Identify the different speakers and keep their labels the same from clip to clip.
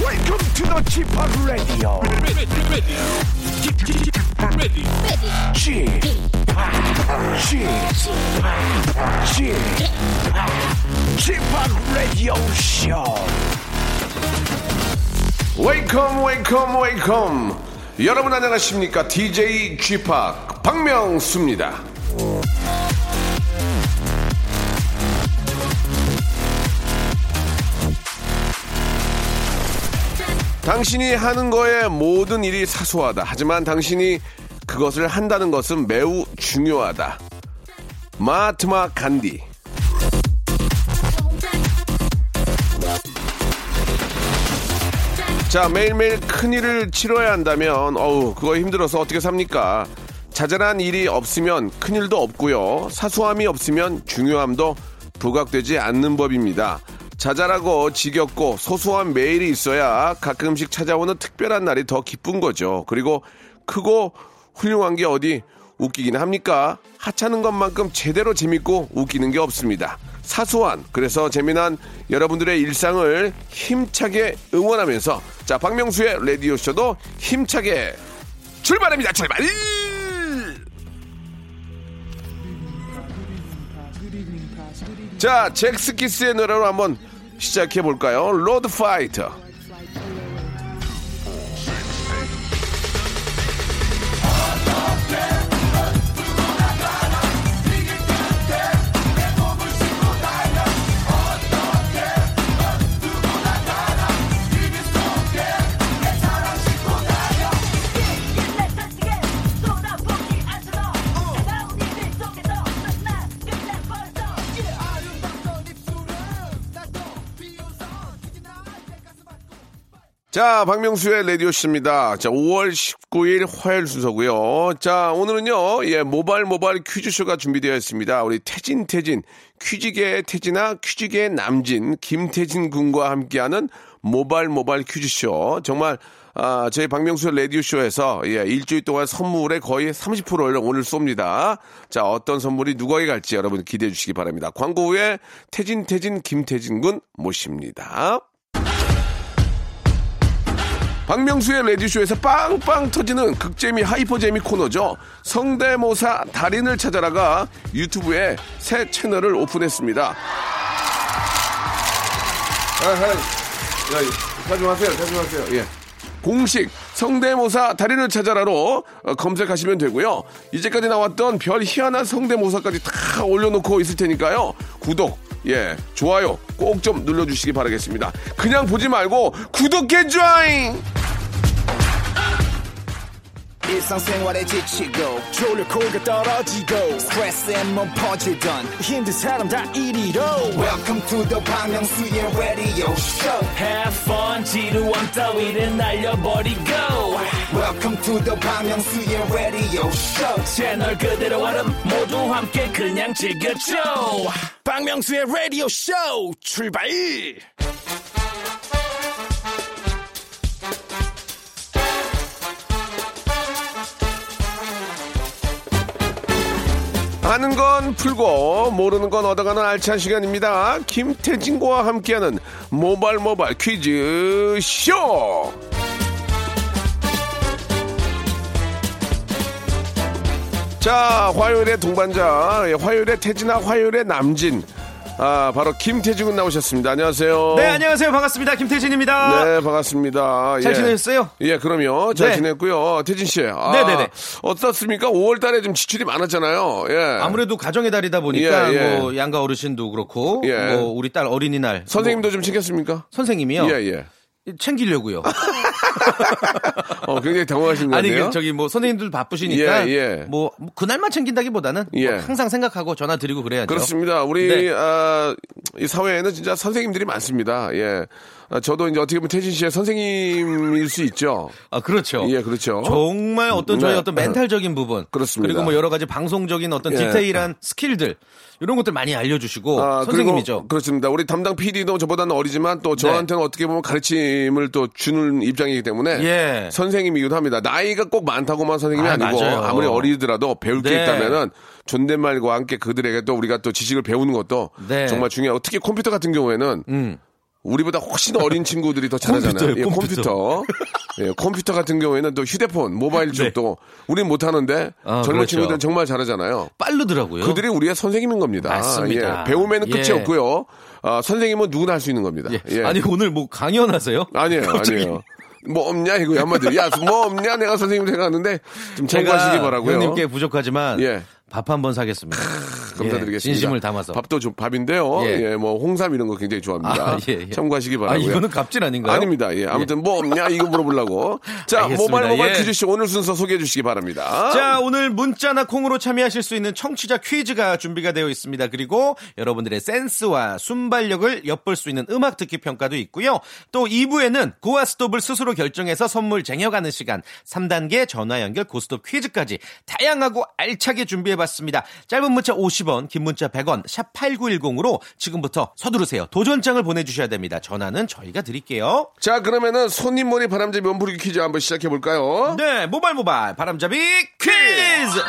Speaker 1: Welcome to the g p o p Radio.
Speaker 2: ready, ready, ready, ready.
Speaker 1: g p o p g p o p g p o p Radio Show.
Speaker 3: 웨이컴 웨이컴 웨이컴 여러분 안녕하십니까 DJ g 팍 박명수입니다 당신이 하는 거에 모든 일이 사소하다 하지만 당신이 그것을 한다는 것은 매우 중요하다 마트마 간디 자 매일매일 큰일을 치러야 한다면 어우 그거 힘들어서 어떻게 삽니까 자잘한 일이 없으면 큰일도 없고요 사소함이 없으면 중요함도 부각되지 않는 법입니다 자잘하고 지겹고 소소한 매일이 있어야 가끔씩 찾아오는 특별한 날이 더 기쁜 거죠 그리고 크고 훌륭한 게 어디 웃기긴 합니까? 하찮은 것만큼 제대로 재밌고 웃기는 게 없습니다. 사소한 그래서 재미난 여러분들의 일상을 힘차게 응원하면서 자 박명수의 라디오 쇼도 힘차게 출발합니다. 출발! 자 잭스키스의 노래로 한번 시작해 볼까요? 로드 파이터. 자, 박명수의 라디오 씨입니다. 자, 5월 19일 화요일 순서고요. 자, 오늘은요. 예, 모발 모발 퀴즈쇼가 준비되어 있습니다. 우리 태진 태진 퀴즈계의 태진아 퀴즈계의 남진 김태진 군과 함께하는 모발 모발 퀴즈쇼. 정말 아, 저희 박명수의 라디오쇼에서, 예, 일주일 동안 선물의 거의 30%를 오늘 쏩니다. 자, 어떤 선물이 누구에게 갈지 여러분 기대해 주시기 바랍니다. 광고 후에 태진, 태진, 김태진 군 모십니다. 박명수의 레디쇼에서 빵빵 터지는 극재미 하이퍼재미 코너죠. 성대모사 달인을 찾아라가 유튜브에 새 채널을 오픈했습니다. 아, 아, 야, 자중하세요, 자중하세요. 예. 공식 성대모사 달인을 찾아라로 어, 검색하시면 되고요. 이제까지 나왔던 별 희한한 성대모사까지 다 올려놓고 있을 테니까요. 구독, 예, 좋아요 꼭 좀 눌러주시기 바라겠습니다. 그냥 보지 말고 구독해 줘잉!
Speaker 4: 일상생활에 지치고, 졸려 코가 떨어지고, 스트레스에 몸 퍼지던, 힘든 사람 다 이리로. welcome to the Bang Myung-soo's radio show
Speaker 5: Have fun 지루한 따위를 날려버리고
Speaker 4: welcome to the Bang Myung-soo's radio show
Speaker 5: 채널 그대로 와름 모두 함께 그냥 즐겨줘
Speaker 4: 박명수의 radio show 출발
Speaker 3: 아는 건 풀고 모르는 건 얻어가는 알찬 시간입니다. 김태진과 함께하는 모발 모발 퀴즈 쇼. 자, 화요일의 동반자, 예, 화요일의 태진아, 화요일의 남진. 아, 바로 김태진 군 나오셨습니다. 안녕하세요.
Speaker 6: 네, 안녕하세요. 반갑습니다. 김태진입니다.
Speaker 3: 어. 네, 반갑습니다.
Speaker 6: 잘 지내셨어요?
Speaker 3: 예, 그럼요. 잘
Speaker 6: 네.
Speaker 3: 지냈고요. 태진 씨. 아,
Speaker 6: 네네네.
Speaker 3: 어떻습니까? 5월 달에 좀 지출이 많았잖아요. 예.
Speaker 6: 아무래도 가정의 달이다 보니까
Speaker 3: 예, 예.
Speaker 6: 뭐 양가 어르신도 그렇고
Speaker 3: 예.
Speaker 6: 뭐 우리 딸 어린이날
Speaker 3: 선생님도 좀 챙겼습니까?
Speaker 6: 뭐 선생님이요.
Speaker 3: 예, 예.
Speaker 6: 챙기려고요.
Speaker 3: 어, 굉장히 당황하신 것
Speaker 6: 아니
Speaker 3: 같네요.
Speaker 6: 그 저기 뭐 선생님들 바쁘시니까
Speaker 3: 예, 예.
Speaker 6: 뭐, 뭐 그날만 챙긴다기보다는 뭐
Speaker 3: 예.
Speaker 6: 항상 생각하고 전화 드리고 그래야죠.
Speaker 3: 그렇습니다. 우리
Speaker 6: 네.
Speaker 3: 아, 이 사회에는 진짜 선생님들이 많습니다. 예. 아, 저도 이제 어떻게 보면 태진 씨의 선생님일 수 있죠.
Speaker 6: 아, 그렇죠.
Speaker 3: 예, 그렇죠.
Speaker 6: 정말 어떤 저희
Speaker 3: 네.
Speaker 6: 어떤 멘탈적인 부분
Speaker 3: 그렇습니다.
Speaker 6: 리고뭐 여러 가지 방송적인 어떤
Speaker 3: 예.
Speaker 6: 디테일한 스킬들 이런 것들 많이 알려주시고
Speaker 3: 아, 그리고
Speaker 6: 선생님이죠. 네.
Speaker 3: 그렇습니다. 우리 담당 PD도 저보다는 어리지만 또 저한테는 어떻게 보면 가르침을 또 주는 입장이기 때문에
Speaker 6: 예.
Speaker 3: 선생님이기도 합니다. 나이가 꼭 많다고만 선생님이
Speaker 6: 아,
Speaker 3: 아, 니고
Speaker 6: 맞아요.
Speaker 3: 아무리 어리더라도 배울 게
Speaker 6: 네.
Speaker 3: 있다면은 존댓말과 함께 그들에게 또 우리가 또 지식을 배우는 것도
Speaker 6: 네. 음.
Speaker 3: 정말 중요하고 특히 컴퓨터 같은 경우에는 우리보다 훨씬 어린 친구들이 더 잘하잖아요.
Speaker 6: 컴퓨터예요,
Speaker 3: 컴퓨터. 예, 컴퓨터 같은 경우에는 또 휴대폰, 모바일 쪽도 우린 못하는데
Speaker 6: 네. 아,
Speaker 3: 젊은
Speaker 6: 그렇죠.
Speaker 3: 친구들은 정말 잘하잖아요.
Speaker 6: 빠르더라고요.
Speaker 3: 그들이 우리의 선생님인 겁니다.
Speaker 6: 어? 맞습니다.
Speaker 3: 예, 배움에는 끝이
Speaker 6: 예.
Speaker 3: 없고요. 아, 선생님은 누구나 할 수 있는 겁니다.
Speaker 6: 예.
Speaker 3: 예.
Speaker 6: 아니 오늘 뭐 강연하세요?
Speaker 3: 아니에요,
Speaker 6: 갑자기.
Speaker 3: 아니에요. 뭐 없냐 이거 한마디. 야, 뭐 없냐 내가 선생님 생각하는데 좀 참고하시기 바라고요.
Speaker 6: 형님께 부족하지만
Speaker 3: 예.
Speaker 6: 밥 한 번 사겠습니다.
Speaker 3: 감사드리겠습니다.
Speaker 6: 예, 진심을 담아서.
Speaker 3: 밥도 좀 밥인데요. 예.
Speaker 6: 예.
Speaker 3: 뭐 홍삼 이런 거 굉장히 좋아합니다.
Speaker 6: 아, 예, 예.
Speaker 3: 참고하시기
Speaker 6: 아,
Speaker 3: 바라고요.
Speaker 6: 이거는 갑질 아닌가요?
Speaker 3: 아닙니다. 예. 아무튼 뭐 없냐 이거 물어보려고. 자,
Speaker 6: 알겠습니다.
Speaker 3: 모바일 모바일
Speaker 6: 예.
Speaker 3: 퀴즈 씨 오늘 순서 소개해 주시기 바랍니다.
Speaker 6: 자, 오늘 문자나 콩으로 참여하실 수 있는 청취자 퀴즈가 준비가 되어 있습니다. 그리고 여러분들의 센스와 순발력을 엿볼 수 있는 음악 듣기 평가도 있고요. 또 2부에는 고와 스톱을 스스로 결정해서 선물 쟁여가는 시간, 3단계 전화 연결 고스톱 퀴즈까지 다양하고 알차게 준비해 봤습니다. 짧은 문자 50원, 긴 문자 100원, 샵 8910으로 지금부터 서두르세요. 도전장을 보내 주셔야 됩니다. 전화는 저희가 드릴게요.
Speaker 3: 자, 그러면은 손님 머리 바람잡이 면부르기 퀴즈 한번 시작해 볼까요?
Speaker 6: 네, 모발 모발 바람잡이 퀴즈.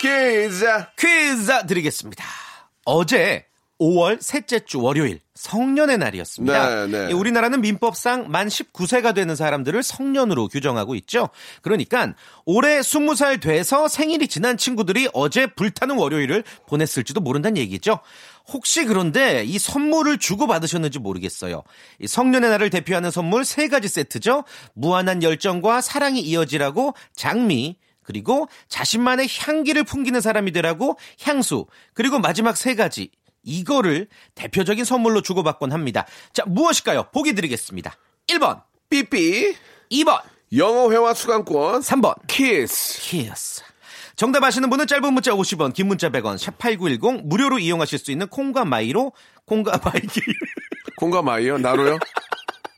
Speaker 3: 퀴즈.
Speaker 6: 퀴즈 드리겠습니다. 어제 5월 셋째 주 월요일 성년의
Speaker 3: 네,
Speaker 6: 날이었습니다.
Speaker 3: 네.
Speaker 6: 이 우리나라는 민법상 만 19세가 되는 사람들을 성년으로 규정하고 있죠. 그러니까 올해 20살 돼서 생일이 지난 친구들이 어제 불타는 월요일을 보냈을지도 모른다는 얘기죠. 혹시 그런데 이 선물을 주고받으셨는지 모르겠어요. 이 성년의 날을 대표하는 선물 세 가지 세트죠. 무한한 열정과 사랑이 이어지라고 장미, 그리고 자신만의 향기를 풍기는 사람이 되라고 향수, 그리고 마지막 세 가지. 이거를 대표적인 선물로 주고받곤 합니다. 자, 무엇일까요? 보기 드리겠습니다. 1번,
Speaker 3: 삐삐.
Speaker 6: 2번,
Speaker 3: 영어 회화 수강권.
Speaker 6: 3번.
Speaker 3: 키스.
Speaker 6: 키스. 정답 아시는 분은 짧은 문자 50원, 긴 문자 100원, 샵8910 무료로 이용하실 수 있는 콩과 마이로 콩과 마이기.
Speaker 3: 콩과 마이요? 나로요?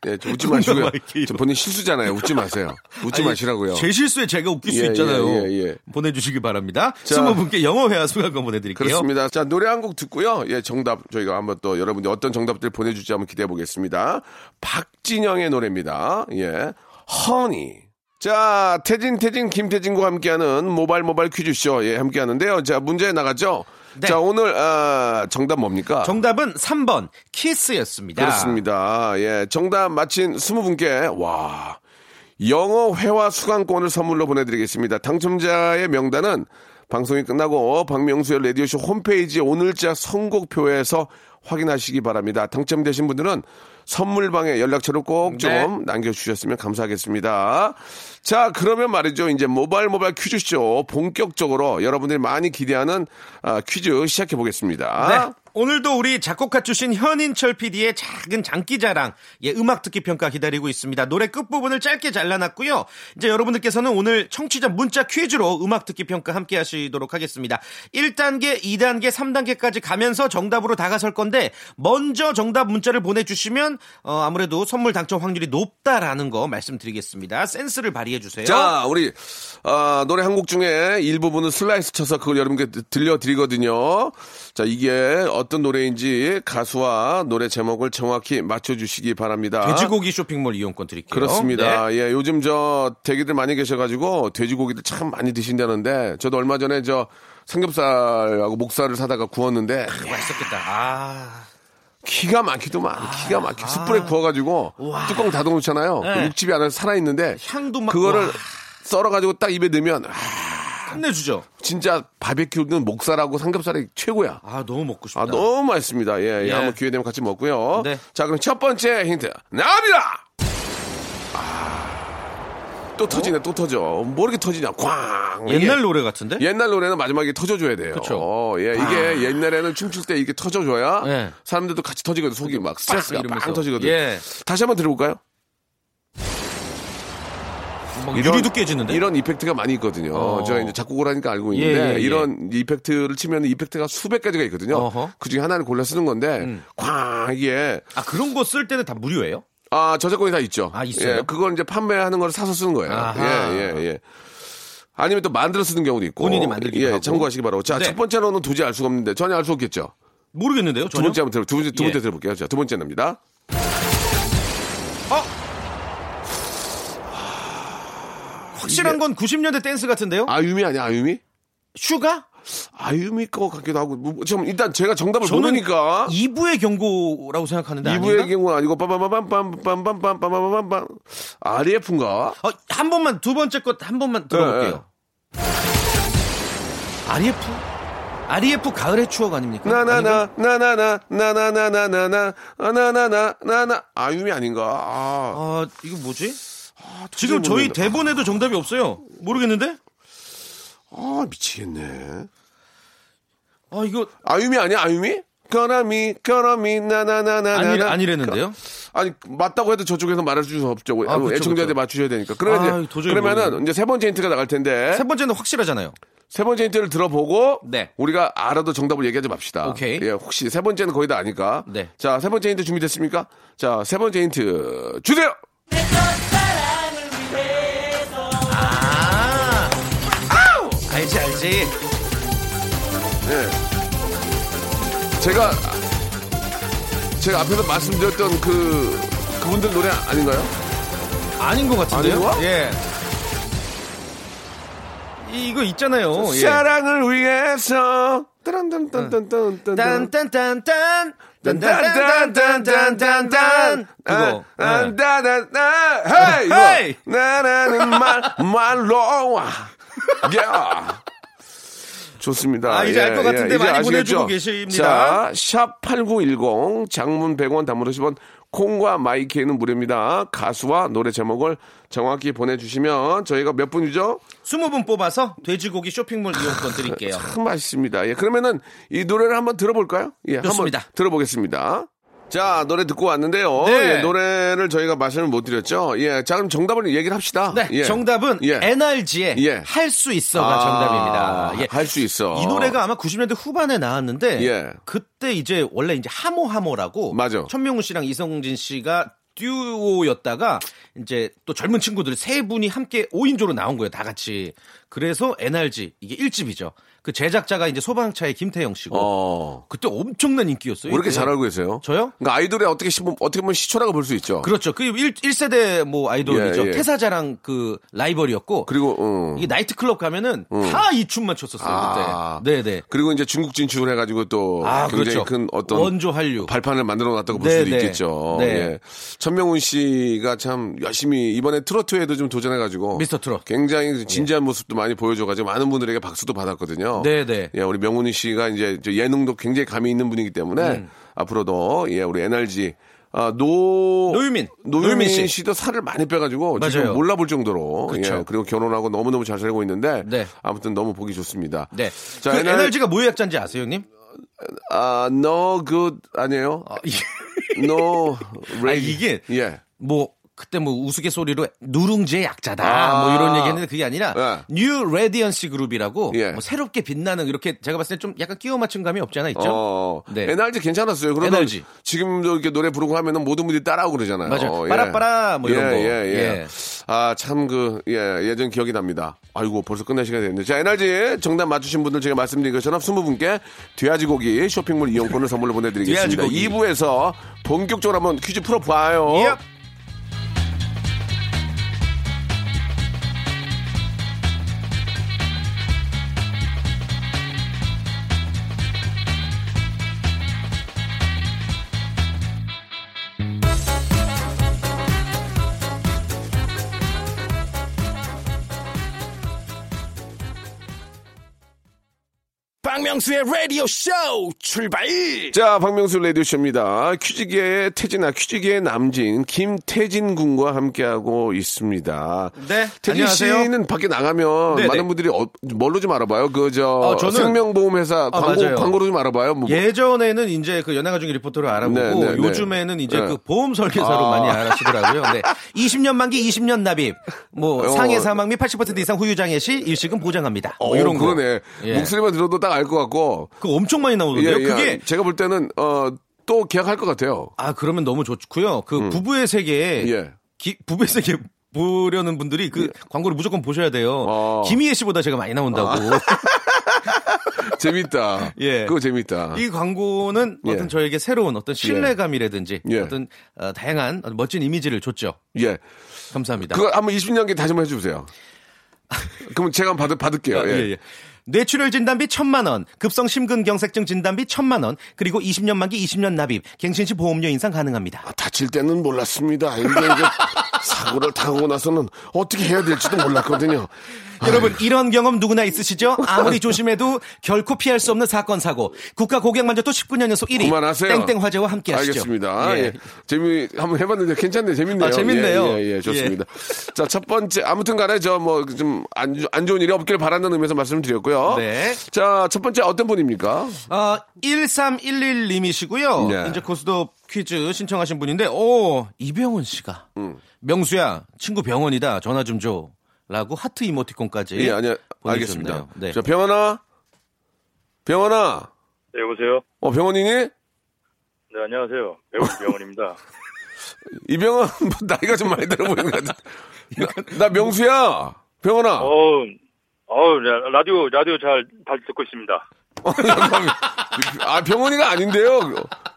Speaker 3: 예, 좀 웃지
Speaker 6: 콩과
Speaker 3: 마시고요.
Speaker 6: 마이요.
Speaker 3: 저 본인 실수잖아요. 웃지 마세요. 웃지 마시라고요.
Speaker 6: 제 실수에 제가 웃길
Speaker 3: 예,
Speaker 6: 수 있잖아요.
Speaker 3: 예, 예, 예.
Speaker 6: 보내주시기 바랍니다.
Speaker 3: 자.
Speaker 6: 20분께 영어 회화 수강권 보내드릴게요.
Speaker 3: 그렇습니다. 자, 노래 한 곡 듣고요. 예, 정답 저희가 한번 또 여러분들 어떤 정답들 보내주지 한번 기대해 보겠습니다. 박진영의 노래입니다. 예, 허니. 자, 태진, 태진, 김태진과 함께하는 모발 모발 퀴즈쇼 예, 함께하는데요. 자, 문제 나가죠.
Speaker 6: 네.
Speaker 3: 자, 오늘 아, 정답 뭡니까?
Speaker 6: 정답은 3번 키스였습니다.
Speaker 3: 그렇습니다. 예, 정답 맞힌 20분께 와 영어 회화 수강권을 선물로 보내드리겠습니다. 당첨자의 명단은 방송이 끝나고 박명수의 라디오쇼 홈페이지 오늘자 선곡표에서 확인하시기 바랍니다. 당첨되신 분들은 선물방에 연락처를 꼭 좀
Speaker 6: 네.
Speaker 3: 남겨주셨으면 감사하겠습니다. 자, 그러면 말이죠. 이제 모바일 모바일 퀴즈쇼 본격적으로 여러분들이 많이 기대하는 아, 퀴즈 시작해 보겠습니다.
Speaker 6: 네. 오늘도 우리 작곡가 출신 현인철 PD의 작은 장기자랑, 예, 음악 듣기 평가 기다리고 있습니다. 노래 끝부분을 짧게 잘라놨고요. 이제 여러분들께서는 오늘 청취자 문자 퀴즈로 음악 듣기 평가 함께 하시도록 하겠습니다. 1단계, 2단계, 3단계까지 가면서 정답으로 다가설 건데, 먼저 정답 문자를 보내주시면, 어, 아무래도 선물 당첨 확률이 높다라는 거 말씀드리겠습니다. 센스를 발휘해주세요.
Speaker 3: 자, 우리 아, 노래 한 곡 중에 일부분은 슬라이스 쳐서 그걸 여러분께 드- 들려드리거든요. 자, 이게 어떤 노래인지 가수와 노래 제목을 정확히 맞춰주시기 바랍니다.
Speaker 6: 돼지고기 쇼핑몰 이용권 드릴게요.
Speaker 3: 그렇습니다.
Speaker 6: 네.
Speaker 3: 예, 요즘 저 대기들 많이 계셔가지고 돼지고기를 참 많이 드신다는데 저도 얼마 전에 저 삼겹살하고 목살을 사다가 구웠는데
Speaker 6: 네. 맛있었겠다. 아.
Speaker 3: 기가 막히더만 기가 막히 숯불에 구워가지고 뚜껑 닫아놓잖아요.
Speaker 6: 네.
Speaker 3: 그 육즙이 안에 살아있는데
Speaker 6: 향도 막-
Speaker 3: 그거를
Speaker 6: 와.
Speaker 3: 썰어가지고 딱 입에 넣으면 아,
Speaker 6: 끝내주죠.
Speaker 3: 진짜 바베큐는 목살하고 삼겹살이 최고야.
Speaker 6: 아 너무 먹고 싶다.
Speaker 3: 아, 너무 맛있습니다. 예, 예.
Speaker 6: 예.
Speaker 3: 한번 기회 되면 같이 먹고요.
Speaker 6: 네.
Speaker 3: 자, 그럼 첫 번째 힌트. 나옵니다! 아, 또 터지네, 또 터져. 뭐 이렇게 터지냐, 꽝!
Speaker 6: 어? 옛날
Speaker 3: 이게
Speaker 6: 노래 같은데?
Speaker 3: 옛날 노래는 마지막에 터져줘야 돼요.
Speaker 6: 그쵸. 아.
Speaker 3: 어, 예, 이게 옛날에는 춤출 때 이게 터져줘야
Speaker 6: 예.
Speaker 3: 사람들도 같이 터지거든. 속이 막 스트레스가 아, 빵
Speaker 6: 이러면서.
Speaker 3: 터지거든.
Speaker 6: 예.
Speaker 3: 다시 한번 들어볼까요?
Speaker 6: 막 유리도 깨지는데.
Speaker 3: 이런 이펙트가 많이 있거든요.
Speaker 6: 어.
Speaker 3: 제가 이제 작곡을 하니까 알고
Speaker 6: 예,
Speaker 3: 있는데
Speaker 6: 예, 예.
Speaker 3: 이런 이펙트를 치면 이펙트가 수백 가지가 있거든요.
Speaker 6: 어허. 음.
Speaker 3: 그 중에 하나를 골라 쓰는 건데 꽝 이게
Speaker 6: 아 그런 거 쓸 때는 다 무료예요?
Speaker 3: 아 저작권이 다 있죠.
Speaker 6: 아, 있어요?
Speaker 3: 예, 그걸 이제 판매하는 걸 사서 쓰는 거예요.
Speaker 6: 아하.
Speaker 3: 예예 예, 예. 아니면 또 만들어 쓰는 경우도 있고.
Speaker 6: 본인이 만들기도
Speaker 3: 예,
Speaker 6: 하고.
Speaker 3: 참고하시기 바라고. 자,
Speaker 6: 네.
Speaker 3: 첫 번째로는 도저히 알 수가 없는데 전혀 알 수 없겠죠.
Speaker 6: 모르겠는데요.
Speaker 3: 두
Speaker 6: 전혀?
Speaker 3: 번째 한번 들어, 두 번째 두 번째
Speaker 6: 예.
Speaker 3: 들어볼게요. 자, 두 번째 납니다.
Speaker 6: 확실한 건 90년대 댄스 같은데요?
Speaker 3: 아, 아유미 아니야 아유미?
Speaker 6: 슈가?
Speaker 3: 아유미 거 같기도 하고 뭐, 지금 일단 제가 정답을
Speaker 6: 저는
Speaker 3: 모르니까
Speaker 6: 2부의 경고라고 생각하는데
Speaker 3: 이부의
Speaker 6: 네, 아닌가?
Speaker 3: 경우는 아니고 빰빰빰빰빰빰빰빰빰빰빰 RF인가?
Speaker 6: 어, 한 번만 두 번째 것 한
Speaker 3: 네,
Speaker 6: 번만 들어볼게요. RF? RF 가을의 추억 아닙니까? 아닌가?
Speaker 3: 나나나 나나나 나나나나나나 나나나나나 아유미 아닌가? 아,
Speaker 6: 아 이거 뭐지?
Speaker 3: 도저히
Speaker 6: 지금 저희
Speaker 3: 모르겠네.
Speaker 6: 대본에도 정답이 없어요. 모르겠는데?
Speaker 3: 아 미치겠네.
Speaker 6: 아 이거
Speaker 3: 아유미 아니야 아유미? 까라미 까라미 나나나나나 그,
Speaker 6: 아니, 아니랬는데요?
Speaker 3: 아니 맞다고 해도 저쪽에서 말할 수 없죠.
Speaker 6: 아, 그쵸,
Speaker 3: 애청자한테
Speaker 6: 그쵸.
Speaker 3: 맞추셔야 되니까. 그러면
Speaker 6: 아,
Speaker 3: 이제
Speaker 6: 도저히
Speaker 3: 그러면은
Speaker 6: 모르겠네.
Speaker 3: 이제 세 번째 힌트가 나갈 텐데
Speaker 6: 세
Speaker 3: 세,
Speaker 6: 번째는 확실하잖아요.
Speaker 3: 번째 힌트를 들어보고
Speaker 6: 네.
Speaker 3: 우리가 알아도 정답을 얘기하지 맙시다.
Speaker 6: 오케이.
Speaker 3: 예, 혹시 세 번째는 거의 다 아니까.
Speaker 6: 네.
Speaker 3: 자, 세 번째 힌트 준비됐습니까? 자, 세 번째 힌트 주세요.
Speaker 6: 아, 알지 알지.
Speaker 3: 예. 제가 제가 앞에서 말씀드렸던 그 그분들 노래 아닌가요?
Speaker 6: 아닌 것 같은데요?
Speaker 3: 아닌 거야?
Speaker 6: 예. 이- 이거 있잖아요. 예.
Speaker 3: 사랑을 위해서 딴딴딴딴딴딴
Speaker 6: 딴딴딴딴 딴딴딴딴딴딴딴
Speaker 3: 딴딴딴딴딴딴
Speaker 6: 그거.
Speaker 3: 아,
Speaker 6: 예.
Speaker 3: 네. 안다다다 헤이
Speaker 6: 헤이!
Speaker 3: 이거. 나라는 말 말로 야 좋습니다.
Speaker 6: 아, 이제
Speaker 3: 예,
Speaker 6: 알것
Speaker 3: 예,
Speaker 6: 같은데
Speaker 3: 이제
Speaker 6: 많이 보내주고
Speaker 3: 아시겠죠?
Speaker 6: 계십니다.
Speaker 3: 자, 샵8910 장문 100원 단문 50원 콩과 마이키에는 무료입니다. 가수와 노래 제목을 정확히 보내주시면 저희가 몇 분이죠?
Speaker 6: 20분 뽑아서 돼지고기 쇼핑몰 이용권 드릴게요.
Speaker 3: 참 맛있습니다. 예, 그러면은 이 노래를 한번 들어볼까요? 예,
Speaker 6: 좋습니다.
Speaker 3: 한번 들어보겠습니다. 자, 노래 듣고 왔는데요. 예,
Speaker 6: 네.
Speaker 3: 노래를 저희가 말씀을 못 드렸죠. 예, 자, 그럼 정답을 얘기를 합시다.
Speaker 6: 네,
Speaker 3: 예.
Speaker 6: 정답은
Speaker 3: 예.
Speaker 6: NRG의
Speaker 3: 예.
Speaker 6: 할 수 있어가
Speaker 3: 아,
Speaker 6: 정답입니다. 예.
Speaker 3: 할수 있어.
Speaker 6: 이 노래가 아마 90년대 후반에 나왔는데
Speaker 3: 예.
Speaker 6: 그때 이제 원래 이제 하모하모라고
Speaker 3: 맞아.
Speaker 6: 천명훈 씨랑 이성진 씨가 듀오였다가 이제 또 젊은 친구들 세 분이 함께 5인조로 나온 거예요, 다 같이. 그래서 NRG 이게 1집이죠. 그 제작자가 이제 소방차의 김태영 씨고
Speaker 3: 어.
Speaker 6: 그때 엄청난 인기였어요.
Speaker 3: 왜 이렇게
Speaker 6: 이게.
Speaker 3: 잘 알고 계세요?
Speaker 6: 네. 저요?
Speaker 3: 그러니까 아이돌의 어떻게 시, 어떻게 보면 시초라고 볼 수 있죠.
Speaker 6: 그렇죠. 그 1, 일세대뭐 아이돌이죠.
Speaker 3: 예, 예.
Speaker 6: 태사자랑 그 라이벌이었고
Speaker 3: 리고 음.
Speaker 6: 이게 나이트클럽 가면은 다 이 춤만 췄었어요
Speaker 3: 아.
Speaker 6: 그때. 네네.
Speaker 3: 그리고 이제 중국 진출을 해가지고 또
Speaker 6: 아
Speaker 3: 굉장히
Speaker 6: 그렇죠.
Speaker 3: 큰 어떤
Speaker 6: 원조 한류.
Speaker 3: 그 발판을 만들어 놨다고 볼
Speaker 6: 네,
Speaker 3: 수도
Speaker 6: 네.
Speaker 3: 있겠죠.
Speaker 6: 네.
Speaker 3: 예. 천명훈 씨가 참 열심히 이번에 트로트에도 좀 도전해가지고
Speaker 6: 미스터 트롯. 예.
Speaker 3: 굉장히 진지한 모습도 많이 보여줘가지고 많은 분들에게 박수도 받았거든요.
Speaker 6: 네, 네.
Speaker 3: 예, 우리 명훈 씨가 이제 저 예능도 굉장히 감이 있는 분이기 때문에
Speaker 6: 음.
Speaker 3: 앞으로도 예, 우리 NRG 아, 노
Speaker 6: 노유민.
Speaker 3: 노유민
Speaker 6: 노유민 씨.
Speaker 3: 씨도 살을 많이 빼가지고 지금
Speaker 6: 맞아요.
Speaker 3: 몰라볼 정도로
Speaker 6: 그쵸.
Speaker 3: 예, 그리고 결혼하고 너무 너무 잘 살고 있는데
Speaker 6: 네.
Speaker 3: 아무튼 너무 보기 좋습니다.
Speaker 6: 네.
Speaker 3: 자,
Speaker 6: 그
Speaker 3: NR-
Speaker 6: 에너지가 뭐의 약자인지 아세요, 형님?
Speaker 3: 아, no good 아니에요? no
Speaker 6: 아,
Speaker 3: ready.
Speaker 6: 이게
Speaker 3: 예.
Speaker 6: 뭐 그때 뭐 우스갯소리로 누룽지의 약자다
Speaker 3: 아.
Speaker 6: 뭐 이런 얘기했는데 그게 아니라
Speaker 3: 예.
Speaker 6: 뉴 레디언시 그룹이라고
Speaker 3: 예.
Speaker 6: 뭐 새롭게 빛나는 이렇게 제가 봤을 때 좀 약간 끼워 맞춘 감이 없지 않아 있죠.
Speaker 3: 어,
Speaker 6: 네.
Speaker 3: NRG 괜찮았어요. 그러면
Speaker 6: NRG.
Speaker 3: 지금도 이렇게 노래 부르고 하면은 모든 분들이 따라하고 그러잖아요.
Speaker 6: 맞아요.
Speaker 3: 어,
Speaker 6: 빠라빠라 뭐 이런
Speaker 3: 예,
Speaker 6: 거.
Speaker 3: 예, 예.
Speaker 6: 예.
Speaker 3: 아, 참 그, 예, 예전 기억이 납니다. 아이고, 벌써 끝날 시간이 됐네. 자, NRG 정답 맞추신 분들 제가 말씀드린 것처럼 20분께 돼지 고기 쇼핑몰 이용권을 선물로 보내드리겠습니다.
Speaker 6: 돼지고기.
Speaker 3: 2부에서 본격적으로 한번 퀴즈 풀어봐요.
Speaker 6: 예.
Speaker 5: 박명수의 라디오 쇼 출발
Speaker 3: 자, 박명수 레디오쇼입니다. 퀴즈계의 태진아, 퀴즈계의 남진, 김태진 군과 함께하고 있습니다.
Speaker 6: 네,
Speaker 3: 태진
Speaker 6: 안녕하세요.
Speaker 3: 씨는 밖에 나가면
Speaker 6: 네네.
Speaker 3: 많은 분들이 어, 뭘로 좀 알아봐요? 그, 저,
Speaker 6: 어, 저는-
Speaker 3: 생명보험회사
Speaker 6: 아,
Speaker 3: 광고,
Speaker 6: 맞아요.
Speaker 3: 광고로 좀 알아봐요? 뭐,
Speaker 6: 예전에는 이제 그 연예가 중의 리포터를 알아보고
Speaker 3: 네, 네, 네.
Speaker 6: 요즘에는 이제
Speaker 3: 네.
Speaker 6: 그 보험 설계사로
Speaker 3: 아.
Speaker 6: 많이 알아시더라고요. 네. 20년 만기 20년 납입. 뭐
Speaker 3: 어.
Speaker 6: 상해 사망 및 80% 이상 후유 장애 시 일시금 보장합니다. 뭐
Speaker 3: 어,
Speaker 6: 이런 거.
Speaker 3: 그러네.
Speaker 6: 예.
Speaker 3: 목소리만 들어도 딱 알 것 같고. 예,
Speaker 6: 그 엄청 많이 나오던데요. 그게
Speaker 3: 제가 볼 때는, 어, 또 계약할 것 같아요.
Speaker 6: 아 그러면 너무 좋고요. 그 부부의 세계에
Speaker 3: 음. 예.
Speaker 6: 기- 부부의 세계 보려는 분들이 그 광고를 무조건 보셔야 돼요.
Speaker 3: 어.
Speaker 6: 김희애 씨보다 제가 많이 나온다고.
Speaker 3: 재밌다.
Speaker 6: 예.
Speaker 3: 그거 재밌다.
Speaker 6: 이 광고는
Speaker 3: 아. 예.
Speaker 6: 어떤 저에게 새로운 어떤 신뢰감이라든지
Speaker 3: 예.
Speaker 6: 어떤 어, 다양한 어떤 멋진 이미지를 줬죠.
Speaker 3: 예.
Speaker 6: 감사합니다.
Speaker 3: 그거 한번 20년기 다시 한번 해주세요. 그럼 제가 한번 받을, 받을게요.
Speaker 6: 아,
Speaker 3: 예.
Speaker 6: 예, 예. 뇌출혈 진단비 1000만 원, 급성 심근경색증 진단비 1000만 원, 그리고 20년 만기 20년 납입, 갱신시 보험료 인상 가능합니다.
Speaker 3: 아, 다칠 때는 몰랐습니다. 근데 이제 사고를 당하고 나서는 어떻게 해야 될지도 몰랐거든요.
Speaker 6: 여러분 이런 경험 누구나 있으시죠? 아무리 조심해도 결코 피할 수 없는 사건 사고. 국가 고객 만족도 19년 연속 1위.
Speaker 3: 그만하세요.
Speaker 6: 땡땡 화재와 함께 하시죠.
Speaker 3: 알겠습니다.
Speaker 6: 예.
Speaker 3: 예. 재미 한번 해봤는데 괜찮네요. 재밌네요.
Speaker 6: 아, 재밌네요.
Speaker 3: 예, 예, 예, 좋습니다. 자, 첫 번째 아무튼간에 저 뭐 좀 안 좋은 일이 없길 바라는 의미에서 말씀드렸고요.
Speaker 6: 네.
Speaker 3: 자, 첫 번째 어떤 분입니까?
Speaker 6: 어, 1311님이시고요.
Speaker 3: 네.
Speaker 6: 이제 고스톱 퀴즈 신청하신 분인데, 오, 이병헌 씨가.
Speaker 3: 음.
Speaker 6: 명수야, 친구 병원이다. 전화 좀 줘. 라고 하트 이모티콘까지.
Speaker 3: 예, 아니요.
Speaker 6: 네. 보내주셨네요.
Speaker 3: 알겠습니다.
Speaker 6: 네.
Speaker 3: 자, 병원아, 병원아,
Speaker 7: 네, 여보세요.
Speaker 3: 어 병원이니?
Speaker 7: 네, 안녕하세요. 배우 명원입니다.
Speaker 3: 이병헌 나이가 좀 많이 들어 보이는 것 같아. 나, 나 명수야, 병원아.
Speaker 7: 어우, 어우, 네, 라- 라디오, 라디오 잘, 잘 듣고 있습니다.
Speaker 3: 아 병원이가 아닌데요.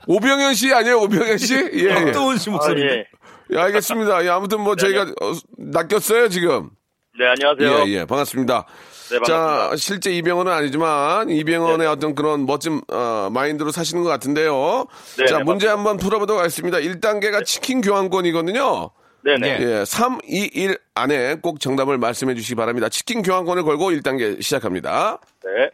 Speaker 3: 오병현 씨 아니에요, 오병현 씨? 예. 예.
Speaker 6: 박도원 씨
Speaker 7: 아,
Speaker 6: 목소리.
Speaker 7: 예.
Speaker 3: 예, 알겠습니다. 예, 아무튼 뭐 저희가 어, 낚였어요, 지금.
Speaker 7: 네, 안녕하세요.
Speaker 3: 예, 예, 반갑습니다.
Speaker 7: 네, 반갑습니다. 네.
Speaker 3: 자, 실제 이병헌은 아니지만 이병헌의 어떤 그런 멋진 어, 마인드로 사시는 것 같은데요.
Speaker 7: 네,
Speaker 3: 자,
Speaker 7: 네,
Speaker 3: 문제 한번 풀어보도록 하겠습니다. 1단계가 치킨 교환권이거든요.
Speaker 7: 네네.
Speaker 3: 예, 3, 2, 1 안에 꼭 정답을 말씀해 주시기 바랍니다. 치킨 교환권을 걸고 1단계 시작합니다.
Speaker 7: 네.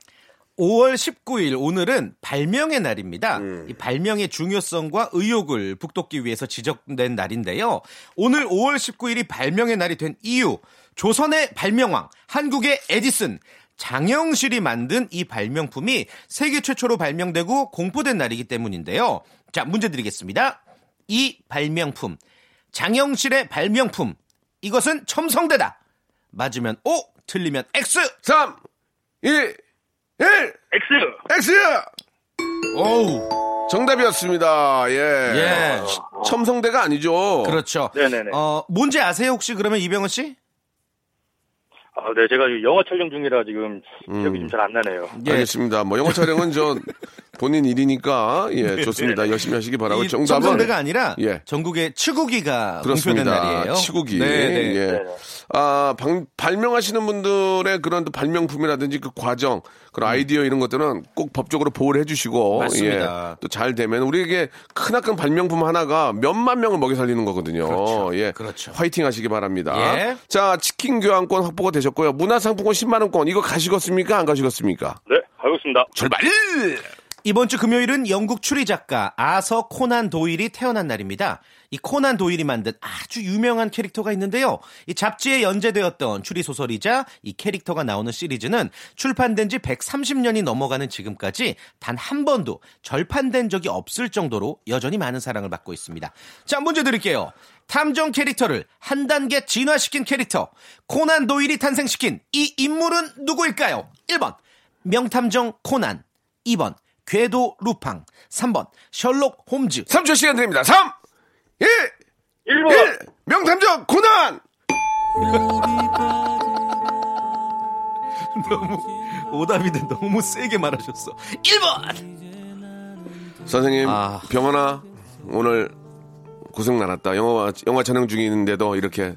Speaker 6: 5월 19일 오늘은 발명의 날입니다. 이 발명의 중요성과 의욕을 북돋기 위해서 지적된 날인데요. 오늘 5월 19일이 발명의 날이 된 이유, 조선의 발명왕, 한국의 에디슨, 장영실이 만든 이 발명품이 세계 최초로 발명되고 공포된 날이기 때문인데요. 자, 문제 드리겠습니다. 이 발명품, 장영실의 발명품, 이것은 첨성대다. 맞으면 O, 틀리면 X.
Speaker 3: 3, 2, 1,
Speaker 7: 엑스!
Speaker 3: X!
Speaker 6: 오우.
Speaker 3: 정답이었습니다. 예.
Speaker 6: 예.
Speaker 3: 첨성대가 아니죠.
Speaker 6: 그렇죠.
Speaker 7: 네네네.
Speaker 6: 어, 뭔지 아세요 혹시 그러면 이병헌 씨?
Speaker 7: 아, 네, 제가 지금 영화 촬영 중이라 지금
Speaker 3: 음.
Speaker 7: 기억이 좀 잘 안 나네요.
Speaker 6: 예.
Speaker 3: 알겠습니다. 뭐 영어 촬영은 저 본인 일이니까 예 좋습니다. 열심히 하시기 바라고
Speaker 6: 네. 이
Speaker 3: 정답은
Speaker 6: 첨성대가 아니라
Speaker 3: 예.
Speaker 6: 전국의 치국이가 공표된
Speaker 3: 그렇습니다.
Speaker 6: 날이에요.
Speaker 3: 치국이
Speaker 6: 네네.
Speaker 3: 예. 아 방- 발명하시는 분들의 그런 또 발명품이라든지 그 과정 그런 아이디어 이런 것들은 꼭 법적으로 보호를 해주시고
Speaker 6: 음.
Speaker 3: 예,
Speaker 6: 맞습니다.
Speaker 3: 또 잘 되면 우리에게 크나큰 발명품 하나가 몇만 명을 먹여 살리는 거거든요.
Speaker 6: 그렇죠.
Speaker 3: 예.
Speaker 6: 그렇죠.
Speaker 3: 화이팅 하시기 바랍니다.
Speaker 6: 예.
Speaker 3: 자 치킨 교환권 확보가 되셨고요. 문화상품권 10만 원권 이거 가시겠습니까? 안 가시겠습니까?
Speaker 7: 네, 가겠습니다.
Speaker 3: 출발!
Speaker 6: 이번 주 금요일은 영국 추리 작가 아서 코난 도일이 태어난 날입니다. 이 코난 도일이 만든 아주 유명한 캐릭터가 있는데요. 이 잡지에 연재되었던 추리 소설이자 이 캐릭터가 나오는 시리즈는 출판된 지 130년이 넘어가는 지금까지 단 한 번도 절판된 적이 없을 정도로 여전히 많은 사랑을 받고 있습니다. 자, 문제 드릴게요. 탐정 캐릭터를 한 단계 진화시킨 캐릭터 코난 도일이 탄생시킨 이 인물은 누구일까요? 1번 명탐정 코난 2번 궤도 루팡 3번 셜록 홈즈
Speaker 3: 3초 시간 드립니다. 3, 2,
Speaker 7: 1번!
Speaker 3: 1. 명탐정 고난!
Speaker 6: 너무 오답인데 너무 세게 말하셨어 1번
Speaker 3: 선생님,
Speaker 6: 아.
Speaker 3: 병원아, 오늘 고생 많았다. 영화, 영화 촬영 중인데도 이렇게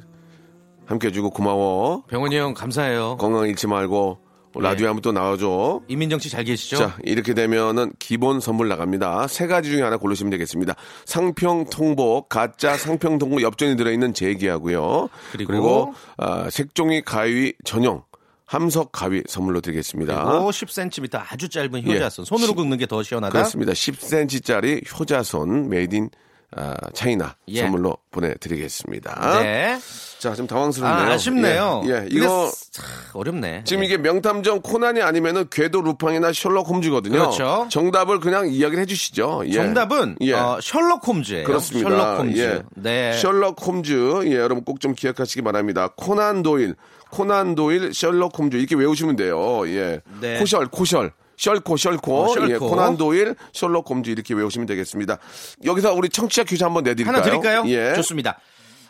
Speaker 3: 함께 해주고 고마워.
Speaker 6: 병원이 형 감사해요
Speaker 3: 건강 잃지 말고
Speaker 6: 네.
Speaker 3: 라디오에 한번 또 나와줘.
Speaker 6: 이민정 씨 잘 계시죠?
Speaker 3: 자, 이렇게 되면은 기본 선물 나갑니다. 세 가지 중에 하나 고르시면 되겠습니다. 상평 통보, 가짜 상평 통보 엽전이 들어있는 제기하고요.
Speaker 6: 그리고-
Speaker 3: 아, 색종이 가위 전용, 함석 가위 선물로 드리겠습니다.
Speaker 6: 그리고 10cm 아주 짧은 효자손
Speaker 3: 예.
Speaker 6: 손으로 긁는 게 더 시원하다
Speaker 3: 아, 그렇습니다. 10cm짜리 효자손 메이드 인 아, 차이나
Speaker 6: 예.
Speaker 3: 선물로 보내드리겠습니다.
Speaker 6: 네.
Speaker 3: 자, 좀 당황스럽네요.
Speaker 6: 아, 아쉽네요.
Speaker 3: 예, 예. 이거
Speaker 6: 근데 쓰- 참 어렵네.
Speaker 3: 지금
Speaker 6: 예.
Speaker 3: 이게 명탐정 코난이 아니면은 궤도 루팡이나 셜록 홈즈거든요.
Speaker 6: 그렇죠.
Speaker 3: 정답을 그냥 이야기를 해주시죠. 예.
Speaker 6: 정답은
Speaker 3: 예.
Speaker 6: 어, 셜록 홈즈예요.
Speaker 3: 그렇습니다.
Speaker 6: 셜록 홈즈.
Speaker 3: 예.
Speaker 6: 네.
Speaker 3: 셜록 홈즈. 예, 여러분 꼭 좀 기억하시기 바랍니다. 코난 도일, 코난 도일, 셜록 홈즈 이렇게 외우시면 돼요. 예.
Speaker 6: 네.
Speaker 3: 코셜, 코셜. 셜코, 셜코.
Speaker 6: 어, 셜코.
Speaker 3: 예, 코난 도일, 셜록 홈즈 이렇게 외우시면 되겠습니다. 여기서 우리 청취자 퀴즈 한번 내드릴까요?
Speaker 6: 하나 드릴까요?
Speaker 3: 예.
Speaker 6: 좋습니다.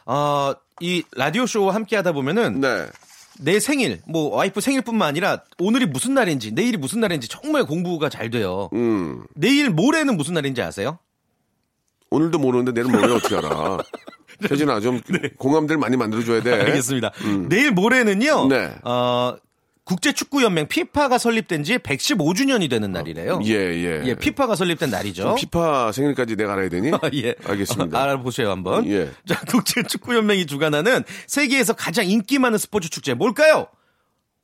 Speaker 6: 어, 이 라디오 쇼와 함께 하다 보면은
Speaker 3: 네.
Speaker 6: 내 생일, 뭐 와이프 생일뿐만 아니라 오늘이 무슨 날인지, 내일이 무슨 날인지 정말 공부가 잘 돼요.
Speaker 3: 음.
Speaker 6: 내일 모레는 무슨 날인지 아세요?
Speaker 3: 오늘도 모르는데 내일 모레 어떻게 알아?
Speaker 6: 네.
Speaker 3: 혜진아, 좀 공감대를 많이 만들어줘야 돼.
Speaker 6: 알겠습니다. 내일 모레는요.
Speaker 3: 음. 네.
Speaker 6: 어, 국제축구연맹 피파가 설립된 지 115주년이 되는 날이래요.
Speaker 3: 예, 예.
Speaker 6: 예, 피파가 설립된 날이죠.
Speaker 3: 그럼 피파 생일까지 내가 알아야 되니?
Speaker 6: 예.
Speaker 3: 알겠습니다.
Speaker 6: 어, 알아보세요, 한번.
Speaker 3: 예.
Speaker 6: 자, 국제축구연맹이 주관하는 세계에서 가장 인기 많은 스포츠 축제 뭘까요?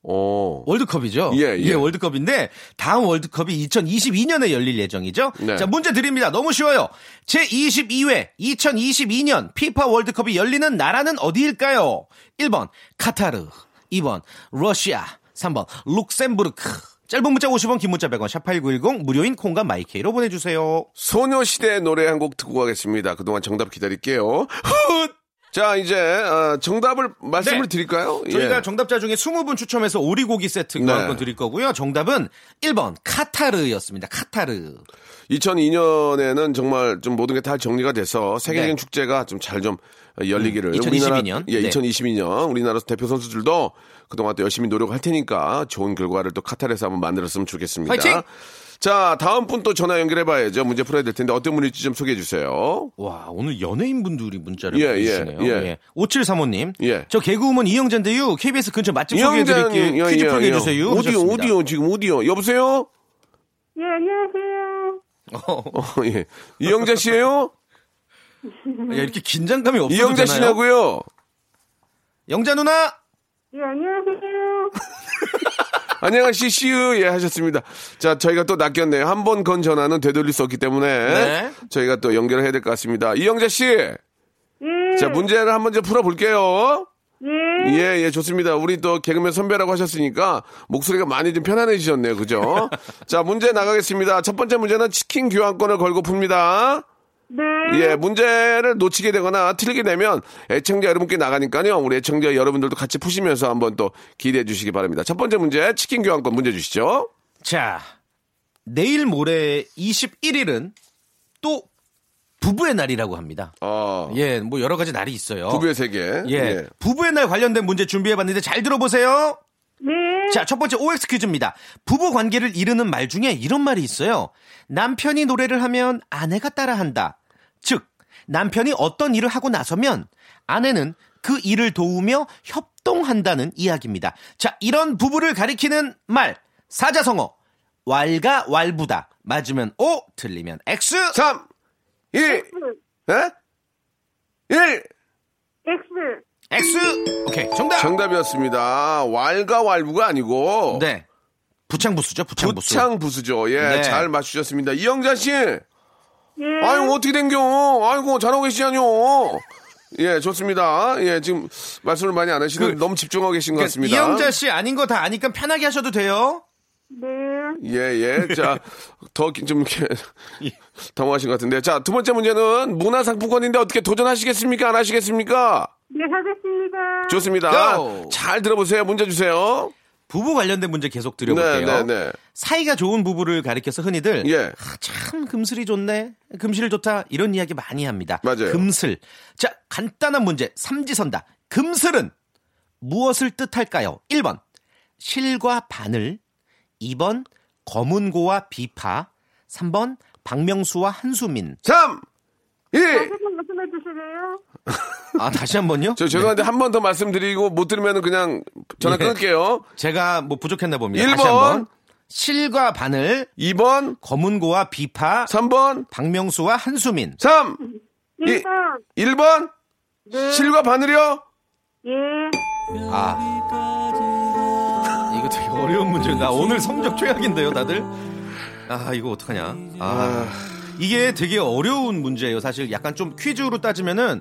Speaker 3: 어.
Speaker 6: 월드컵이죠.
Speaker 3: 예, 예.
Speaker 6: 월드컵인데 다음 월드컵이 2022년에 열릴 예정이죠.
Speaker 3: 네.
Speaker 6: 자, 문제 드립니다. 너무 쉬워요. 제22회 2022년 피파 월드컵이 열리는 나라는 어디일까요? 1번 카타르, 2번 러시아, 3번 룩셈부르크. 짧은 문자 50원, 긴 문자 100원, 샵8910 무료인 콩과 마이케이로 보내 주세요.
Speaker 3: 소녀시대 노래 한 곡 듣고 가겠습니다. 그동안 정답 기다릴게요. 훗! 자, 이제 어, 정답을 말씀을
Speaker 6: 네.
Speaker 3: 드릴까요?
Speaker 6: 저희가
Speaker 3: 예.
Speaker 6: 정답자 중에 20분 추첨해서 오리고기 세트
Speaker 3: 네.
Speaker 6: 교환권 드릴 거고요. 정답은 1번 카타르였습니다. 카타르.
Speaker 3: 2002년에는 정말 좀 모든 게 다 정리가 돼서 세계적인
Speaker 6: 네.
Speaker 3: 축제가 좀 잘 좀 열리기를
Speaker 6: 음, 2022
Speaker 3: 우리나라,
Speaker 6: 년.
Speaker 3: 예,
Speaker 6: 네.
Speaker 3: 2022년 우리나라 대표 선수들도 그동안 또 열심히 노력할 테니까 좋은 결과를 또 카타르에서 한번 만들었으면 좋겠습니다.
Speaker 6: 화이팅!
Speaker 3: 자, 다음 분 또 전화 연결해 봐야죠. 문제 풀어야 될 텐데 어떤 분일지 좀 소개해 주세요.
Speaker 6: 와, 오늘 연예인분들이 문자를
Speaker 3: 예,
Speaker 6: 보내주시네요.
Speaker 3: 예,
Speaker 6: 예,
Speaker 3: 예.
Speaker 6: 5735님.
Speaker 3: 예.
Speaker 6: 저 개그우먼 이영재인데요. KBS 근처 맛집 소개해드릴게요. 퀴즈 풀게 해주세요.
Speaker 3: 예, 오디오,
Speaker 6: 하셨습니다.
Speaker 3: 오디오, 지금 오디오. 여보세요?
Speaker 8: 예, 안녕하세요.
Speaker 6: 어,
Speaker 3: 어, 예. 이영자 씨예요
Speaker 6: 야, 이렇게 긴장감이 없어도
Speaker 3: 이영자
Speaker 6: 되나요?
Speaker 3: 씨냐고요?
Speaker 6: 영자 누나!
Speaker 8: 예, 안녕하세요.
Speaker 3: 안녕하시 씨유 예 하셨습니다. 자 저희가 또 낚였네요. 한 번 건 전화는 되돌릴 수 없기 때문에
Speaker 6: 네.
Speaker 3: 저희가 또 연결을 해야 될 것 같습니다. 이영자 씨,
Speaker 8: 예,
Speaker 3: 자 문제를 한번 좀 풀어볼게요.
Speaker 8: 예,
Speaker 3: 예, 예, 좋습니다. 우리 또 개그맨 선배라고 하셨으니까 목소리가 많이 좀 편안해지셨네요. 그죠? 자, 문제 나가겠습니다. 첫 번째 문제는 치킨 교환권을 걸고 풉니다.
Speaker 8: 네.
Speaker 3: 예, 문제를 놓치게 되거나 틀리게 되면 애청자 여러분께 나가니까요. 우리 애청자 여러분들도 같이 푸시면서 한번 또 기대해 주시기 바랍니다. 첫 번째 문제, 치킨 교환권 문제 주시죠.
Speaker 6: 자, 내일 모레 21일은 또 부부의 날이라고 합니다.
Speaker 3: 어,
Speaker 6: 예, 뭐 여러 가지 날이 있어요.
Speaker 3: 부부의 세계.
Speaker 6: 예. 부부의 날 관련된 문제 준비해봤는데 잘 들어보세요.
Speaker 8: 네.
Speaker 6: 자, 첫 번째 OX 퀴즈입니다. 부부 관계를 이루는 말 중에 이런 말이 있어요. 남편이 노래를 하면 아내가 따라한다. 즉, 남편이 어떤 일을 하고 나서면 아내는 그 일을 도우며 협동한다는 이야기입니다. 자, 이런 부부를 가리키는 말. 사자성어. 왈가 왈부다. 맞으면 O, 틀리면 X.
Speaker 3: 3, 2, 에? 1.
Speaker 8: X.
Speaker 6: X. 오케이. 정답.
Speaker 3: 정답이었습니다. 왈가왈부가 아니고.
Speaker 6: 네. 부창부수죠. 부창부수.
Speaker 3: 부창 부수죠. 예,
Speaker 6: 네.
Speaker 3: 잘 맞추셨습니다. 이영자 씨,
Speaker 8: 예.
Speaker 3: 아이고 어떻게 된겨? 아이고 잘하고 계시냐뇨? 예, 좋습니다. 예, 지금 말씀을 많이 안 하시는데
Speaker 6: 그,
Speaker 3: 너무 집중하고 계신 것 같습니다.
Speaker 6: 이영자 씨 아닌 거 다 아니까 편하게 하셔도 돼요.
Speaker 8: 네.
Speaker 3: 예, 예. 자, 더 좀 이렇게
Speaker 6: 예.
Speaker 3: 당황하신 것 같은데. 자, 두 번째 문제는 문화상품권인데 어떻게 도전하시겠습니까? 안 하시겠습니까?
Speaker 8: 네, 하겠습니다.
Speaker 3: 좋습니다.
Speaker 6: 고!
Speaker 3: 잘 들어보세요. 문제 주세요.
Speaker 6: 부부 관련된 문제 계속
Speaker 3: 네,
Speaker 6: 드려볼게요.
Speaker 3: 네, 네.
Speaker 6: 사이가 좋은 부부를 가리켜서 흔히들
Speaker 3: 예.
Speaker 6: 아, 참 금슬이 좋네, 금실 좋다 이런 이야기 많이 합니다.
Speaker 3: 맞아요.
Speaker 6: 금슬. 자 간단한 문제 삼지선다. 금슬은 무엇을 뜻할까요? 1번 실과 바늘, 2번 검은고와 비파, 3번 박명수와 한수민.
Speaker 3: 3, 2,
Speaker 8: 조금 말씀해 주시래요?
Speaker 6: 아 다시 한 번요?
Speaker 3: 저 죄송한데 한 번 더 말씀드리고 못 들으면 그냥 전화
Speaker 6: 네. 예.
Speaker 3: 끊을게요.
Speaker 6: 제가 뭐 부족했나 봅니다.
Speaker 3: 일
Speaker 6: 다시 한
Speaker 3: 번.
Speaker 6: 번. 실과 바늘,
Speaker 3: 2번,
Speaker 6: 검은고와 비파,
Speaker 3: 3번,
Speaker 6: 박명수와 한수민.
Speaker 3: 3, 이-
Speaker 8: 일단,
Speaker 3: 1번, 실과 바늘이요?
Speaker 8: 예.
Speaker 6: 아. 이거 되게 어려운 문제다. 나 오늘 성적 최악인데요, 다들. 아, 이거 어떡하냐. 아. 이게 되게 어려운 문제예요. 사실 약간 좀 퀴즈로 따지면은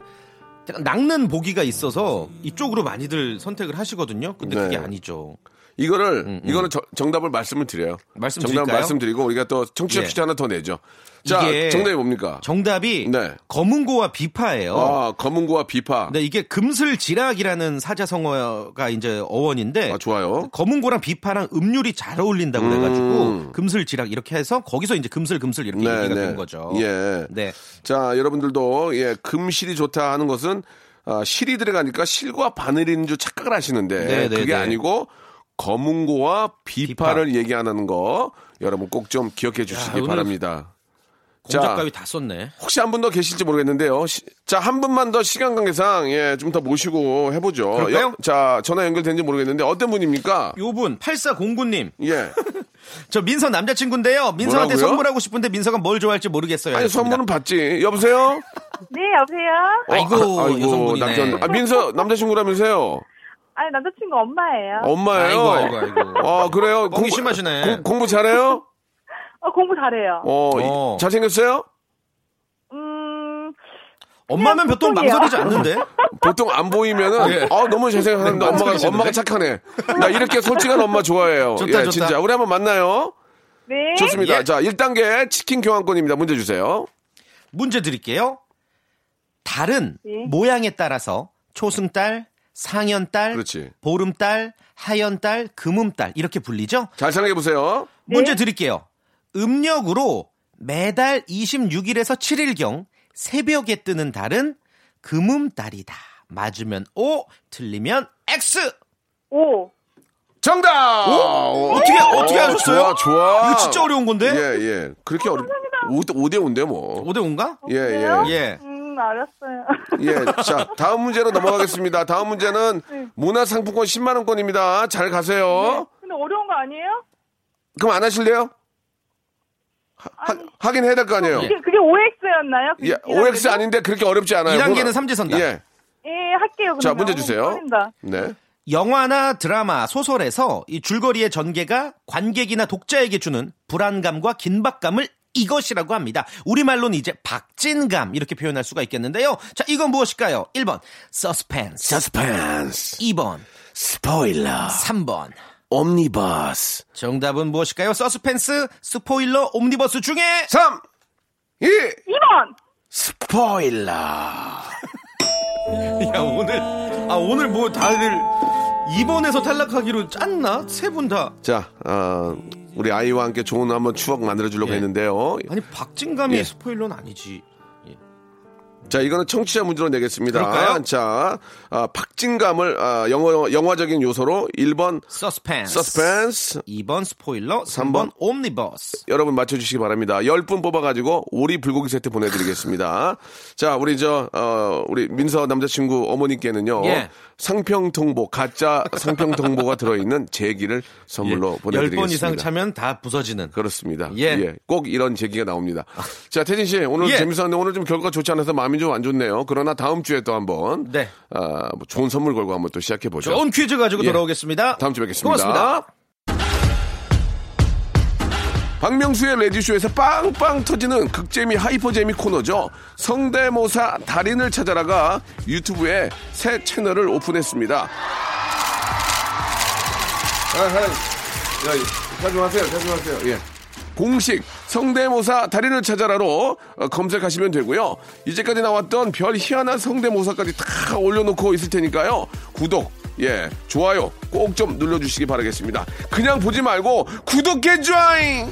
Speaker 6: 약간 낚는 보기가 있어서 이쪽으로 많이들 선택을 하시거든요. 근데
Speaker 3: 네.
Speaker 6: 그게 아니죠.
Speaker 3: 이거를, 이거는 저- 정답을 말씀을 드려요.
Speaker 6: 음, 말씀
Speaker 3: 정답
Speaker 6: 드릴까요?
Speaker 3: 말씀드리고 우리가 또 청취자
Speaker 6: 예.
Speaker 3: 퀴즈 하나 더 내죠. 자,
Speaker 6: 이게
Speaker 3: 정답이 뭡니까?
Speaker 6: 정답이
Speaker 3: 네.
Speaker 6: 검은고와 비파예요.
Speaker 3: 아, 검은고와 비파.
Speaker 6: 근데 이게 금슬지락이라는 사자성어가 이제 어원인데
Speaker 3: 아, 좋아요.
Speaker 6: 검은고랑 비파랑 음률이 잘 어울린다고 그래가지고 금슬지락 이렇게 해서 거기서 이제 금슬금슬 이렇게 얘기가 네, 된 거죠.
Speaker 3: 네, 예.
Speaker 6: 네.
Speaker 3: 자, 여러분들도 예, 금실이 좋다 하는 것은 아, 실이 들어가니까 실과 바늘인 줄 착각을 하시는데
Speaker 6: 네, 네,
Speaker 3: 그게
Speaker 6: 네.
Speaker 3: 아니고 검은고와 비파를 얘기하는 거 여러분 꼭 좀 기억해 주시기
Speaker 6: 오늘
Speaker 3: 바랍니다. 자,
Speaker 6: 공작가위 다 썼네.
Speaker 3: 혹시 한 분 더 계실지 모르겠는데요. 시- 자, 한 분만 더 시간 관계상 예, 좀 더 모시고 해보죠.
Speaker 6: 그럴까요?
Speaker 3: 자, 전화 연결된지 모르겠는데 어떤 분입니까?
Speaker 6: 요분 8409님
Speaker 3: 예.
Speaker 6: 저 민서 남자친구인데요 민서한테
Speaker 3: 뭐라고요?
Speaker 6: 선물하고 싶은데 민서가 뭘 좋아할지 모르겠어요
Speaker 3: 아니,
Speaker 6: 하셨습니다.
Speaker 3: 선물은 받지. 여보세요?
Speaker 8: 네, 여보세요?
Speaker 3: 어,
Speaker 6: 아이고, 여성분이네.
Speaker 3: 남자, 아, 민서, 남자친구라면서요?
Speaker 8: 아, 남자친구 엄마예요.
Speaker 3: 어. 엄마예요?
Speaker 6: 아이고 아이고 아이고
Speaker 3: 아, 그래요?
Speaker 6: 뻥이 어, 심하시네.
Speaker 3: 공- 공부 잘해요?
Speaker 8: 어, 공부 잘해요.
Speaker 3: 어,
Speaker 6: 어.
Speaker 3: 이- 잘생겼어요?
Speaker 8: 음,
Speaker 6: 엄마면 보통
Speaker 8: 보통이에요.
Speaker 6: 망설이지 않는데
Speaker 3: 보통 안 보이면은
Speaker 6: 예.
Speaker 3: 아 너무 잘생겼는데 엄마가
Speaker 6: 잘생기시는데?
Speaker 3: 엄마가 착하네. 나 이렇게 솔직한 엄마 좋아해요.
Speaker 6: 좋다,
Speaker 3: 예,
Speaker 6: 좋다.
Speaker 3: 진짜 우리 한번 만나요.
Speaker 8: 네.
Speaker 3: 좋습니다.
Speaker 6: 예.
Speaker 3: 자, 1단계 치킨 교환권입니다. 문제 주세요.
Speaker 6: 문제 드릴게요 달은
Speaker 8: 네.
Speaker 6: 모양에 따라서 초승달 상현달
Speaker 3: 그렇지.
Speaker 6: 보름달 하현달 금음달 이렇게 불리죠
Speaker 3: 잘 생각해 보세요.
Speaker 6: 문제 드릴게요. 음력으로 매달 26일에서 7일경 새벽에 뜨는 달은 금음달이다. 맞으면 O, 틀리면 X.
Speaker 8: 오.
Speaker 3: 정답.
Speaker 6: 어떻게 어떻게
Speaker 3: 어, 좋아,
Speaker 6: 하셨어요?
Speaker 3: 좋아.
Speaker 6: 이거 진짜 어려운 건데.
Speaker 3: 예, 예. 그렇게 어려. 5대 5인데 뭐.
Speaker 6: 5대 5인가?
Speaker 3: 예,
Speaker 8: 그래요?
Speaker 3: 예.
Speaker 6: 예.
Speaker 8: 음, 알았어요.
Speaker 3: 예. 자, 다음 문제로 넘어가겠습니다. 다음 문제는 문화상품권 10만 원권입니다. 잘 가세요.
Speaker 8: 근데 어려운 거 아니에요?
Speaker 3: 그럼 안 하실래요? 하, 하- 하긴 해야 될 거 아니에요.
Speaker 8: 그게, 그게 OX였나요?
Speaker 3: 예, OX 아닌데 그렇게 어렵지 않아요.
Speaker 6: 2단계는
Speaker 3: 뭐가-
Speaker 6: 삼지선다.
Speaker 3: 예.
Speaker 8: 예, 할게요. 그러면.
Speaker 3: 자, 문제
Speaker 8: 어,
Speaker 3: 주세요.
Speaker 8: 떨린다.
Speaker 3: 네.
Speaker 6: 영화나 드라마, 소설에서 이 줄거리의 전개가 관객이나 독자에게 주는 불안감과 긴박감을 이것이라고 합니다. 우리말로는 이제 박진감 이렇게 표현할 수가 있겠는데요. 자, 이건 무엇일까요? 1번 서스펜스,
Speaker 1: 서스펜스
Speaker 6: 2번
Speaker 1: 스포일러
Speaker 6: 3번
Speaker 1: 옴니버스
Speaker 6: 정답은 무엇일까요? 서스펜스, 스포일러, 옴니버스 중에
Speaker 3: 3 2
Speaker 8: 2번!
Speaker 1: 스포일러
Speaker 6: 야 오늘 아 오늘 뭐 다들 2번에서 탈락하기로 짰나? 세 분 다.
Speaker 3: 자, 어, 우리 아이와 함께 좋은 한번 추억 만들어 주려고
Speaker 6: 예.
Speaker 3: 했는데요.
Speaker 6: 아니 박진감이
Speaker 3: 예.
Speaker 6: 스포일러는 아니지.
Speaker 3: 자, 이거는 청취자 문제로 내겠습니다.
Speaker 6: 그럴까요?
Speaker 3: 자, 아, 박진감을 아, 영어 영화적인 요소로 1번
Speaker 6: 서스펜스.
Speaker 3: 서스펜스
Speaker 6: 2번 스포일러, 3번, 옴니버스.
Speaker 3: 여러분 맞춰주시기 바랍니다. 10분 뽑아가지고 오리 불고기 세트 보내드리겠습니다. 자, 우리 저, 어, 우리 민서 남자친구 어머님께는요.
Speaker 6: 예.
Speaker 3: 상평통보, 가짜 상평통보가 들어있는 제기를 선물로 보내드리겠습니다.
Speaker 6: 예. 10번 이상 차면 다 부서지는.
Speaker 3: 그렇습니다.
Speaker 6: 예. 아.
Speaker 3: 예. 꼭 이런 제기가 나옵니다. 자, 태진 씨, 오늘
Speaker 6: 예.
Speaker 3: 재밌었는데 오늘 좀 결과 좋지 않아서 마음이 좀 안 좋네요. 그러나 다음 주에 또 한번
Speaker 6: 네.
Speaker 3: 아, 뭐 좋은 선물 걸고 한번 또 시작해보죠.
Speaker 6: 좋은 퀴즈 가지고
Speaker 3: 예.
Speaker 6: 돌아오겠습니다.
Speaker 3: 다음 주에 뵙겠습니다.
Speaker 6: 고맙습니다.
Speaker 3: 박명수의 레디쇼에서 빵빵 터지는 극재미 하이퍼재미 코너죠. 성대모사 달인을 찾아라가 유튜브에 새 채널을 오픈했습니다. 아, 아, 야, 자중하세요, 자중하세요. 예. 공식 성대모사 달인을 찾아라로 어, 검색하시면 되고요. 이제까지 나왔던 별 희한한 성대모사까지 다 올려놓고 있을 테니까요. 구독, 예, 좋아요 꼭 좀 눌러주시기 바라겠습니다. 그냥 보지 말고 구독해 줘잉!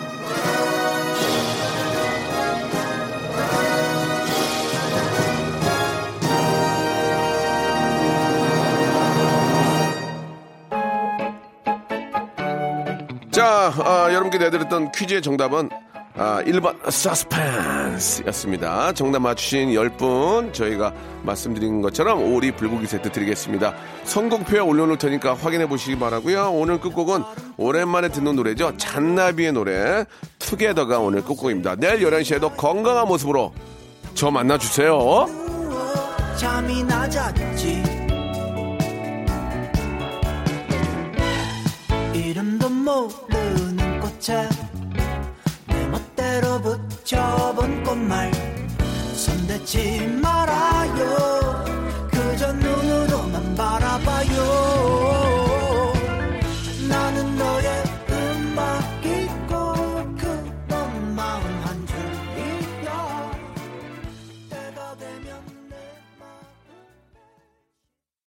Speaker 3: 자, 아, 여러분께 내드렸던 퀴즈의 정답은 아, 1번 서스펜스였습니다. 정답 맞추신 10분 저희가 말씀드린 것처럼 오리 불고기 세트 드리겠습니다. 선곡표에 올려놓을 테니까 확인해 보시기 바라고요. 오늘 끝곡은 오랜만에 듣는 노래죠. 잔나비의 노래 투게더가 오늘 끝곡입니다. 내일 11시에도 건강한 모습으로 저 만나주세요.
Speaker 9: 잠이 낮았지 이름도 모르는 꽃에 내 멋대로 붙여본 꽃말 손대지 말아요